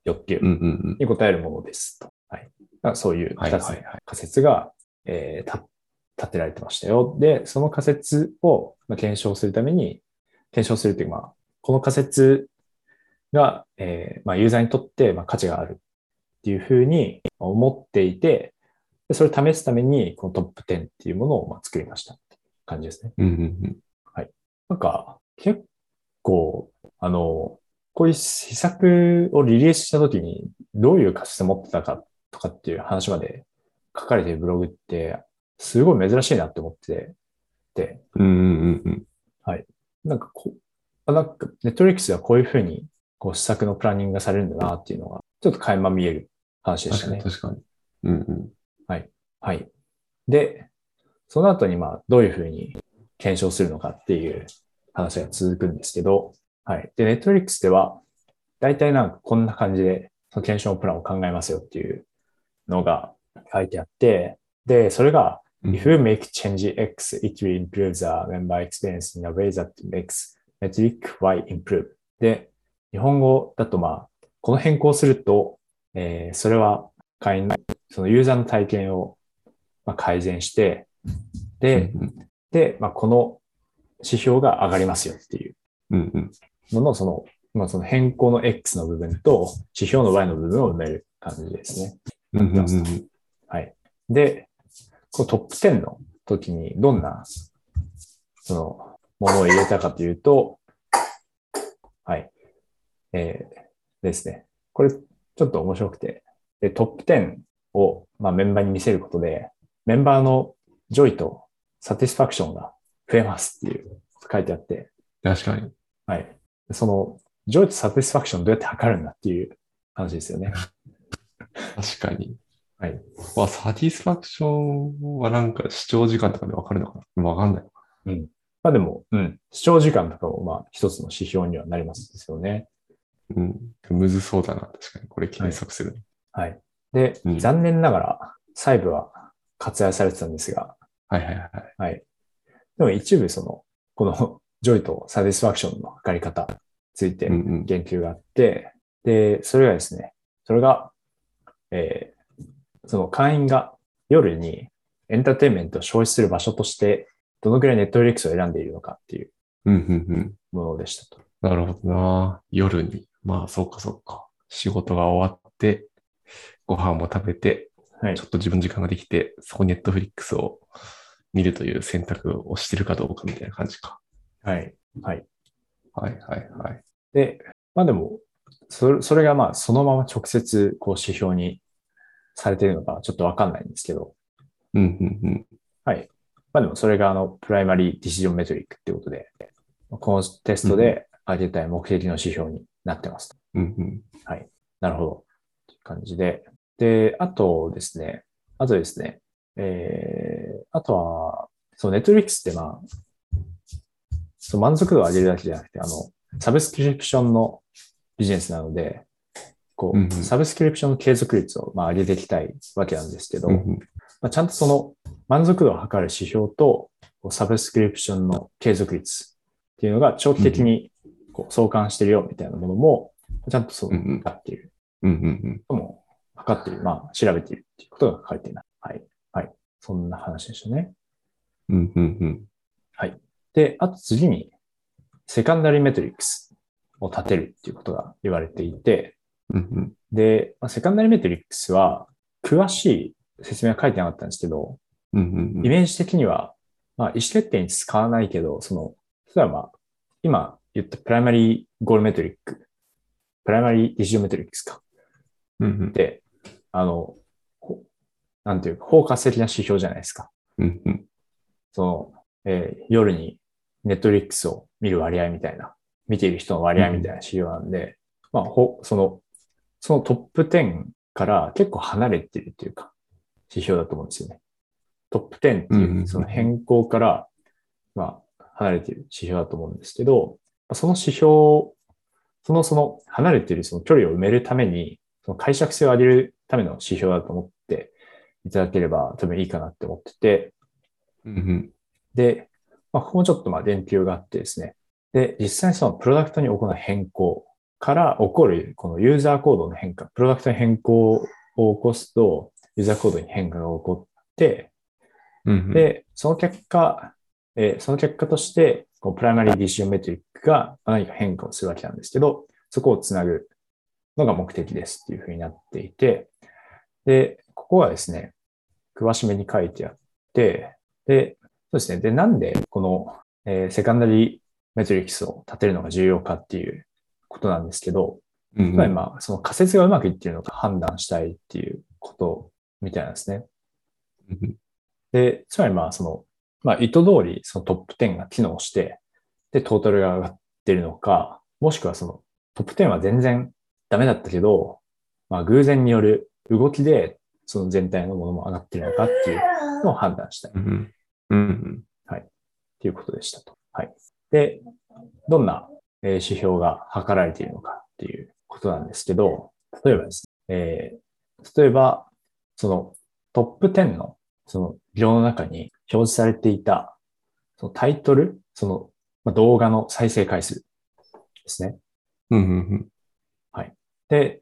S1: 欲求
S2: うんうんうん。
S1: に応えるものですと。はい。まあそういう
S2: はい
S1: 2
S2: はい
S1: つ
S2: は
S1: の
S2: い。
S1: 仮説が、えーた立てられてましたよ。で、その仮説をまあ検証するために、検証するというか、まあ、この仮説が、えーまあ、ユーザーにとってまあ価値があるっていうふうに思っていて、でそれを試すために、このトップ10っていうものをまあ作りましたって感じですね。
S2: うんうん
S1: なんか、結構、あの、こういう施策をリリースしたときに、どういう価値を持ってたかとかっていう話まで書かれているブログって、すごい珍しいなって思ってて、
S2: うん。うんうんうんうん。
S1: なんかこう、あなんか、ネットフリックスはこういうふうに、こう、施策のプランニングがされるんだなっていうのが、ちょっと垣間見える話でし
S2: 確
S1: た
S2: かに
S1: ね。
S2: 確かに。うんうん。
S1: はい。で、その後にまあ、どういうふうに検証するのかっていう話が続くんですけど、はい。で、Netflix では、大体なんかこんな感じで、その検証プランを考えますよっていうのが書いてあって、で、それが、
S2: うん
S1: If you make change X, it will improve the member experience in a way that makes metric Y improve. で、日本語だとまあ、この変更すると、えーそれは会員の、そのユーザーの体験をまあ改善して、で、
S2: うん
S1: で、まあ、この指標が上がりますよっていう
S2: うんうん
S1: のの、その、まあ、その変更の X の部分と指標の Y の部分を埋める感じですね。
S2: うんうんうんうん
S1: で、このトップ10の時にどんな、その、ものを入れたかというと、はい。えーですね。これ、ちょっと面白くて。で、トップ10を、まあ、メンバーに見せることで、メンバーのジョイとサティスファクションが増えますっていう、書いてあって、
S2: 確かに。
S1: はい。その、ジョイとサティスファクションどうやって測るんだっていう話ですよね。
S2: 確かに。
S1: はい。
S2: まあ、サティスファクションはなんか視聴時間とかでわかるのかなわかんない。
S1: まあでも、うん、視聴時間とかも、まあ、一つの指標にはなりますですよね。
S2: うん。むずそうだな。確かに。これ検索する。
S1: はい。で、
S2: うん
S1: 残念ながら、細部は割愛されてたんですが、
S2: はいはいはいはい。
S1: はい。でも一部、その、この、ジョイとサティスファクションの測り方について
S2: うん、うん。
S1: 言及があって、で、それがですね、それが、えーその会員が夜にエンターテインメントを消費する場所として、どのくらいネットフリックスを選んでいるのかっていう
S2: うんうんうん。
S1: ものでしたと。
S2: なるほどな。夜に。まあ、そうかそうか。仕事が終わって、ご飯も食べて、
S1: はい
S2: ちょっと自分の時間ができて、そこネットフリックスを見るという選択をしてるかどうかみたいな感じか。
S1: はい。はい。
S2: はいはいはい。
S1: で、まあでも、それそれがまあそのまま直接こう指標にされているのかちょっとわかんないんですけど、
S2: うんうんうん。
S1: まあでもそれがあのプライマリーディシジョンメトリックってことで、このテストで上げたい目的の指標になってます。
S2: うんうん。
S1: なるほど。という感じで。で、あとですね、あとですね、えー、あとは、そう、ネットリックスってまあ、そう、満足度を上げるだけじゃなくて、あの、サブスクリプションのビジネスなので、こ
S2: うんうん
S1: う、サブスクリプションの継続率をまあ上げていきたいわけなんですけど、
S2: うんう
S1: ま
S2: ん
S1: あ、ちゃんとその満足度を測る指標と、こうサブスクリプションの継続率っていうのが長期的にこう相関してるよみたいなものも、ちゃんとそう
S2: う、んうん
S1: あっている。
S2: うんうん
S1: とも測っている、まあ、調べているっていうことが書いていない。はい。はい。そんな話でしたね。
S2: うん。うんうんうん。
S1: で、あと次に、セカンダリーメトリックスを立てるっていうことが言われていて、
S2: うんうん。
S1: で、まあセカンダリーメトリックスは、詳しい説明は書いてなかったんですけど、
S2: うんうん
S1: イメージ的には、まあ、意思決定に使わないけど、その、例えばまあ、今言ったプライマリーゴールメトリック、プライマリーディシジョンメトリックスか。
S2: うんうん
S1: って、あの、ほなんていうか、包括的な指標じゃないですか。
S2: うんうん
S1: その、えー夜にネットリックスを見る割合みたいな、見ている人の割合みたいな指標なんで、まあ、ほ、その、そのトップ10から結構離れてるっていうか、指標だと思うんですよね。トップ10って
S2: うんうん
S1: いうう、
S2: ん
S1: その変更から、まあ、離れてる指標だと思うんですけど、その指標を、その、その、離れてるその距離を埋めるために、その解釈性を上げるための指標だと思っていただければ多分いいかなって思ってて、
S2: うんうん。
S1: で、まあ、ここもちょっとまあ言及があってですね。で、実際にそのプロダクトに行う変更から起こるこのユーザー行動の変化、プロダクトに変更を起こすと、ユーザー行動に変化が起こって、
S2: うんうん、
S1: で、その結果、えーその結果として、こうプライマリーディシジョンメトリックがまあ何か変化をするわけなんですけど、そこをつなぐのが目的ですっていうふうになっていて、で、ここはですね、詳しめに書いてあって、で、そうですね。で、なんでこの、えーセカンダリーメトリックスを立てるのが重要かっていうことなんですけど、
S2: うんう
S1: つ
S2: ん
S1: まりまあ、その仮説がうまくいってるのか判断したいっていうことみたいなんですね。
S2: うんうん
S1: で、つまりまあ、その、まあ、意図通りそのトップ10が機能して、で、トータルが上がってるのか、もしくはそのトップ10は全然ダメだったけど、まあ、偶然による動きで、その全体のものも上がってるのかっていうのを判断したい。
S2: うんうんうん。
S1: ということでしたと。はい。で、どんなえー指標が測られているのかっていうことなんですけど、例えばですね、えー例えば、そのトップ10のその秒の中に表示されていたそのタイトル、そのまあ動画の再生回数ですね。
S2: うん。うん。
S1: で、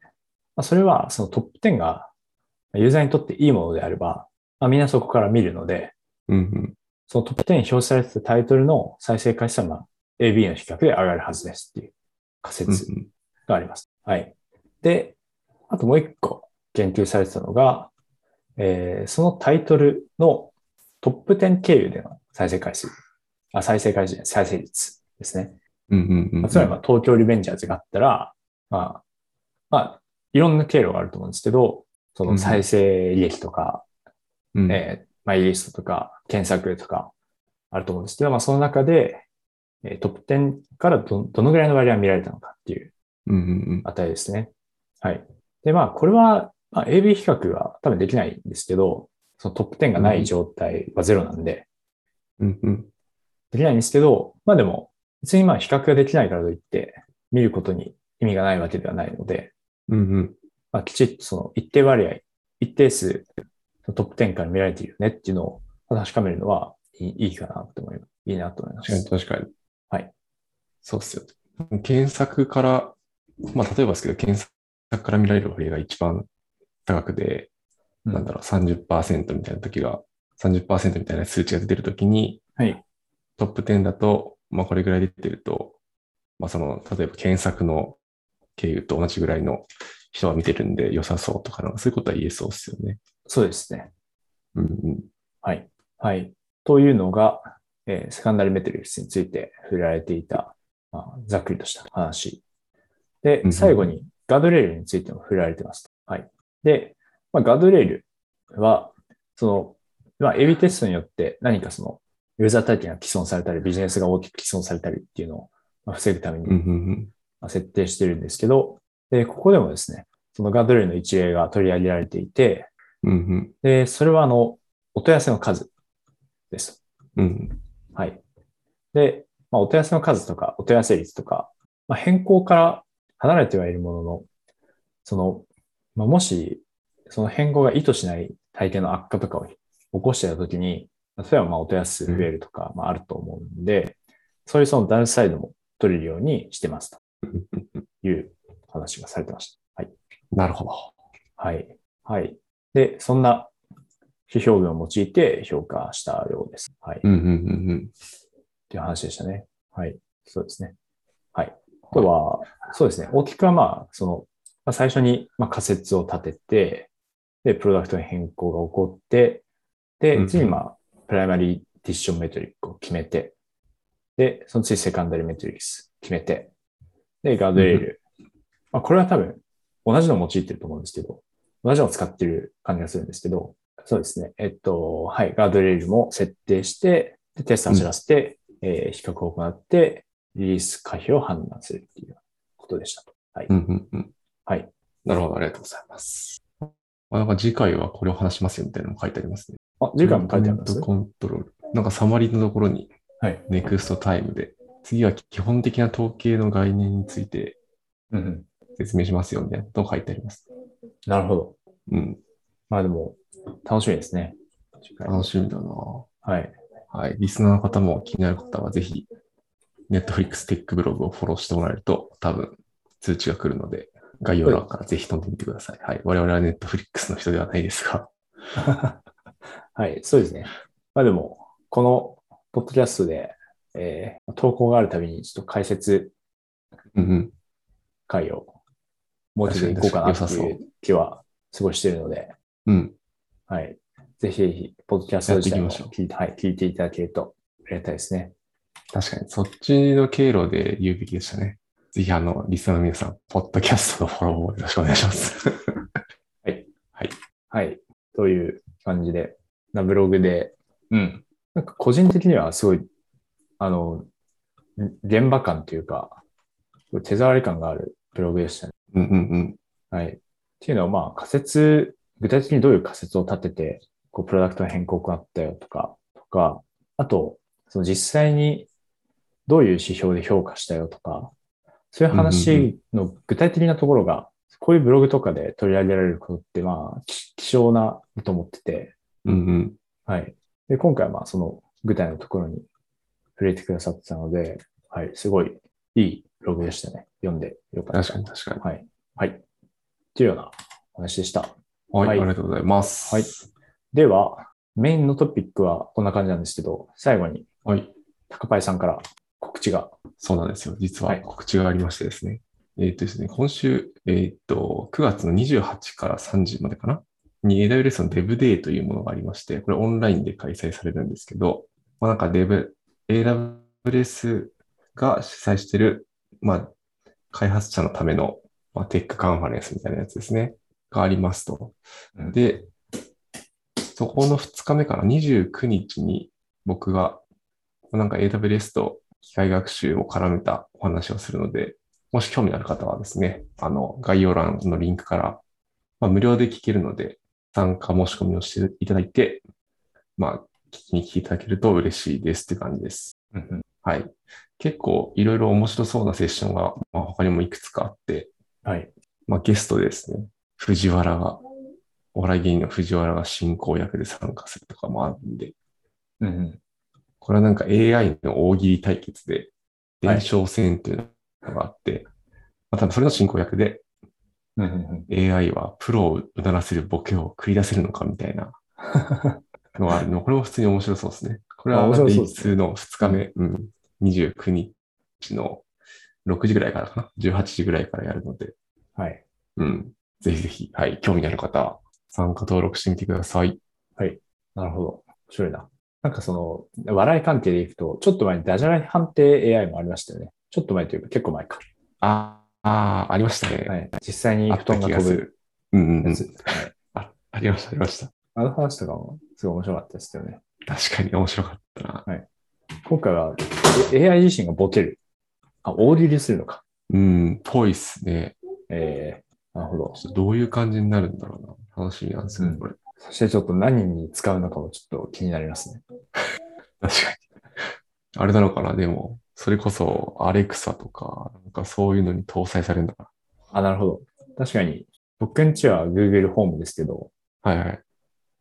S1: まあ、それはそのトップ10がまあユーザーにとっていいものであれば、まあ、みんなそこから見るので、
S2: うん。うん。
S1: そのトップ10に表示されてたタイトルの再生回数はまあ AB の比較で上がるはずですっていう仮
S2: うん
S1: 説があります。はい。で、あともう一個研究されてたのが、えーそのタイトルのトップ10経由での再生回数。あ、再生回数じゃない、再生率ですね。
S2: うん。うん。うん。
S1: まあつまり、まあ、東京リベンジャーズがあったら、まあ、まあ、いろんな経路があると思うんですけど、その再生利益とか、
S2: うん。
S1: えーマイリストとか、検索とかあると思うんですけど、まあ、その中で、えートップ10からど、どのぐらいの割合が見られたのかっていう
S2: うん。うん。
S1: 値ですね。はい。で、まあ、これは、まあ、AB 比較は多分できないんですけど、そのトップ10がない状態はゼロなんで、
S2: うん。うん。
S1: できないんですけど、まあでも、別にまあ比較ができないからといって、見ることに意味がないわけではないので、
S2: うん。うん。
S1: まあ、きちっとその一定割合、一定数、トップ10から見られているよねっていうのを確かめるのはいいいいかなと思います。いいなと思いま
S2: 確かに
S1: す。
S2: 確かに。
S1: はい。
S2: そうっすよ。検索から、まあ例えばですけど、検索から見られる割合が一番高くで、
S1: うん
S2: なんだろう、30%みたいな時が、30%みたいな数値が出てる時に、
S1: はい
S2: トップ10だと、まあこれぐらい出てると、まあその、例えば検索の経由と同じぐらいの人は見てるんで良さそうとか、なんかそういうことは言えそうっすよね。
S1: そうですね。
S2: うんうん。
S1: はい。はい。というのが、えーセカンダリメトリクスについて触れられていた、まあ、ざっくりとした話。で
S2: う、ん
S1: 最後にガードレールについても触れられてます。はい。で、まあ、ガードレールは、その、まあ、AB テストによって何かその、ユーザー体験が既存されたり、ビジネスが大きく既存されたりっていうのをまあ防ぐために
S2: うんうん
S1: まあ設定してるんですけど、で、ここでもですね、そのガードレールの一例が取り上げられていて、
S2: うん。うん
S1: で、それはあの、お問い合わせの数です。
S2: うん。うん
S1: はい。で、まあ、お問い合わせの数とか、お問い合わせ率とか、まあ、変更から離れてはいるものの、その、まあ、もし、その変更が意図しない体験の悪化とかを起こしてたときに、例えば、まあ、お問い合わせ数増えるとか、まあ、あると思うんで、そういうそのダウンサイドも取れるようにしてます、
S2: うんうんうん。
S1: という話がされてました。はい。
S2: なるほど。
S1: はい。はい。で、そんな指標群を用いて評価したようです。はい。
S2: うんうんうんうん。
S1: っていう話でしたね。はい。そうですね。はい。あとは、そうですね。大きくはまあ、その、まあ、最初にまあ仮説を立てて、で、プロダクトに変更が起こって、
S2: う
S1: で、
S2: ん
S1: 次にまあ、プライマリーディションメトリックを決めて、で、その次セカンダリーメトリックス決めて、で、ガードレール。まあ、これは多分、同じのを用いてると思うんですけど、同じのを使ってる感じがするんですけど、そうですね。えっと、はい、ガードレールも設定して、でテストを走らせて、えー比較を行って、リリース可否を判断するっていうことでしたと。はい。
S2: うんうんうん。
S1: はい。
S2: なるほど、ありがとうございます。あなんか次回はこれを話しますよみたいなのも書いてありますね。
S1: あ、次回も書いてありま
S2: コンテ
S1: す
S2: ンツコントロール。なんかサマリーのところに、
S1: はい。
S2: ネクストタイムで、次は基本的な統計の概念について
S1: うんうん。
S2: 説明しますよみたいなことを書いてあります。
S1: なるほど。
S2: うん、
S1: まあでも、楽しみですね。次回
S2: 楽しみだな
S1: はい。
S2: はい。リスナーの方も気になる方はぜひ、ネットフリックステックブログをフォローしてもらえると、多分通知が来るので、概要欄からぜひ飛んでみてください。はい。我々はネットフリックスの人ではないですが。
S1: はい、そうですね。まあでも、このポッドキャストで、えー投稿があるたびに、ちょっと解説
S2: うんうん。
S1: 会を設けていこうかなという気はすごいしてるので、
S2: うん。
S1: はい。ぜひぜひ、ポッドキャスト自体も
S2: やって
S1: 聞
S2: いきま
S1: いて、はい、聞いていただけるとありがたいですね。
S2: 確かに、そっちの経路で言うべきでしたね。ぜひ、あの、リスナーの皆さん、ポッドキャストのフォローをよろしくお願いします。
S1: はい。という感じで、なブログで、うん。なんか個人的にはすごい、あの、ん現場感というか、手触り感があるブログでしたね。
S2: うんうん
S1: はい。っていうのは、まあ、仮説、具体的にどういう仮説を立てて、こう、プロダクトの変更があったよとか、とか、あと、その実際にどういう指標で評価したよとか、そういう話の具体的なところが、こういうブログとかで取り上げられることって、まあ、き希少なと思ってて、
S2: うんうん。
S1: はい。で、今回はまあ、その具体のところに触れてくださってたので、はい、すごいいいブログでしたね。読んでよかった。
S2: 確かに確かに。
S1: はい。はい。っていうようなお話でした。
S2: はい、
S1: はい
S2: ありがとうございます。
S1: はい。では、メインのトピックはこんな感じなんですけど、最後に
S2: はい。
S1: 高パイさんから告知が。
S2: そうなんですよ。実は
S1: はい
S2: 告知がありましてですね。えーっとですね、今週、えーっと、9月の28から30までかなに AWS の DevDay というものがありまして、これオンラインで開催されるんですけど、まあ、なんか Dev、AWS が主催してる、まあ、開発者のための、まあ、テックカンファレンスみたいなやつですね、がありますと。で、そこの2日目から29日に僕が、なんか AWS と機械学習を絡めたお話をするので、もし興味のある方はですね、あの、概要欄のリンクから、まあ、無料で聞けるので、参加申し込みをしていただいて、まあ、聞きに来ていただけると嬉しいですって感じです。はい。結構いろいろ面白そうなセッションが、まあ、他にもいくつかあって、
S1: はい。
S2: まあ、ゲストでですね、藤原が、お笑い芸人の藤原が進行役で参加するとかもあるんで、
S1: うんうん
S2: これはなんか AI の大喜利対決で、
S1: はい
S2: 伝承戦というのがあって、まあ、多分それの進行役で
S1: うんうんうん
S2: AI はプロをうならせるボケを繰り出せるのかみた いなのがあるの。これも普通に面白そうですね。これ
S1: あ
S2: は
S1: 面白そうです
S2: 通の2日目、うん、29日の6時ぐらいからかな。18時ぐらいからやるので、
S1: はい。
S2: うん、ぜひぜひ、はい、興味のある方は参加登録してみてください。
S1: なるほど。面白いな。なんかその、笑い関係でいくと、ちょっと前にダジャレ判定 AI もありましたよね。ちょっと前というか結構前か。
S2: ああー、ありましたね。
S1: はい。実際に
S2: あ
S1: 布
S2: った
S1: 団が
S2: 気が
S1: 飛
S2: す
S1: ぶ
S2: る。うんうんう
S1: や
S2: ん
S1: つ。はい
S2: あありました、ありました。
S1: あの話とかもすごい面白かったですよね。
S2: 確かに面白かったな。
S1: 今回はえ AI 自身がボケる。あ、大喜利するのか。
S2: うん、ぽいっすね。
S1: えー、なるほど。
S2: ちょっとどういう感じになるんだろうな。楽しみなんですよ
S1: う
S2: ね、
S1: ん
S2: これ。
S1: そしてちょっと何に使うのかもちょっと気になりますね。
S2: 確かに。あれなのかな、でも、それこそ、アレクサとか、なんかそういうのに搭載されるんだか
S1: あ、なるほど。確かに、僕んちは Google ホームですけど、
S2: ら。はいはい。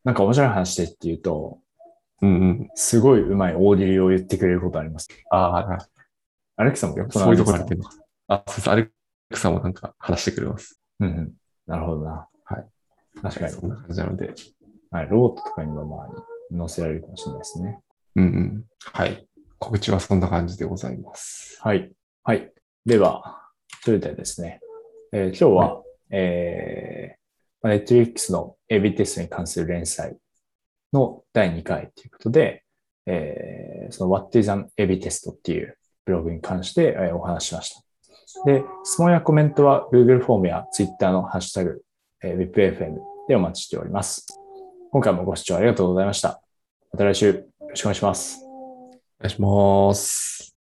S1: なんか面白い話してって言うと、
S2: うんうん。
S1: すごいうまい大喜利を言ってくれることあります。
S2: あ
S1: アレクサも
S2: あ、そういうところ
S1: で
S2: やっ
S1: す
S2: てるのか。あ、そうそう、アレクサもなんか話してくれます。
S1: うんうん。なるほどな。
S2: はい。
S1: 確かに。
S2: そんな感じなので。
S1: はい。ロボットとかにもまあ、載せられるかもしれないですね。
S2: うんうん。はい。告知はそんな感じでございます。
S1: はい。はい。では、それではですね、えー今日は、えー、Netflix の AB テストに関する連載の第2回ということで、えーその What is an AB test っていうブログに関して、えーお話ししました。で、質問やコメントは Google フォームや Twitter のハッシュタグ、えー WIPFM でお待ちしております。今回もご視聴ありがとうございました。また来週よろしくお願いします。
S2: お願いします。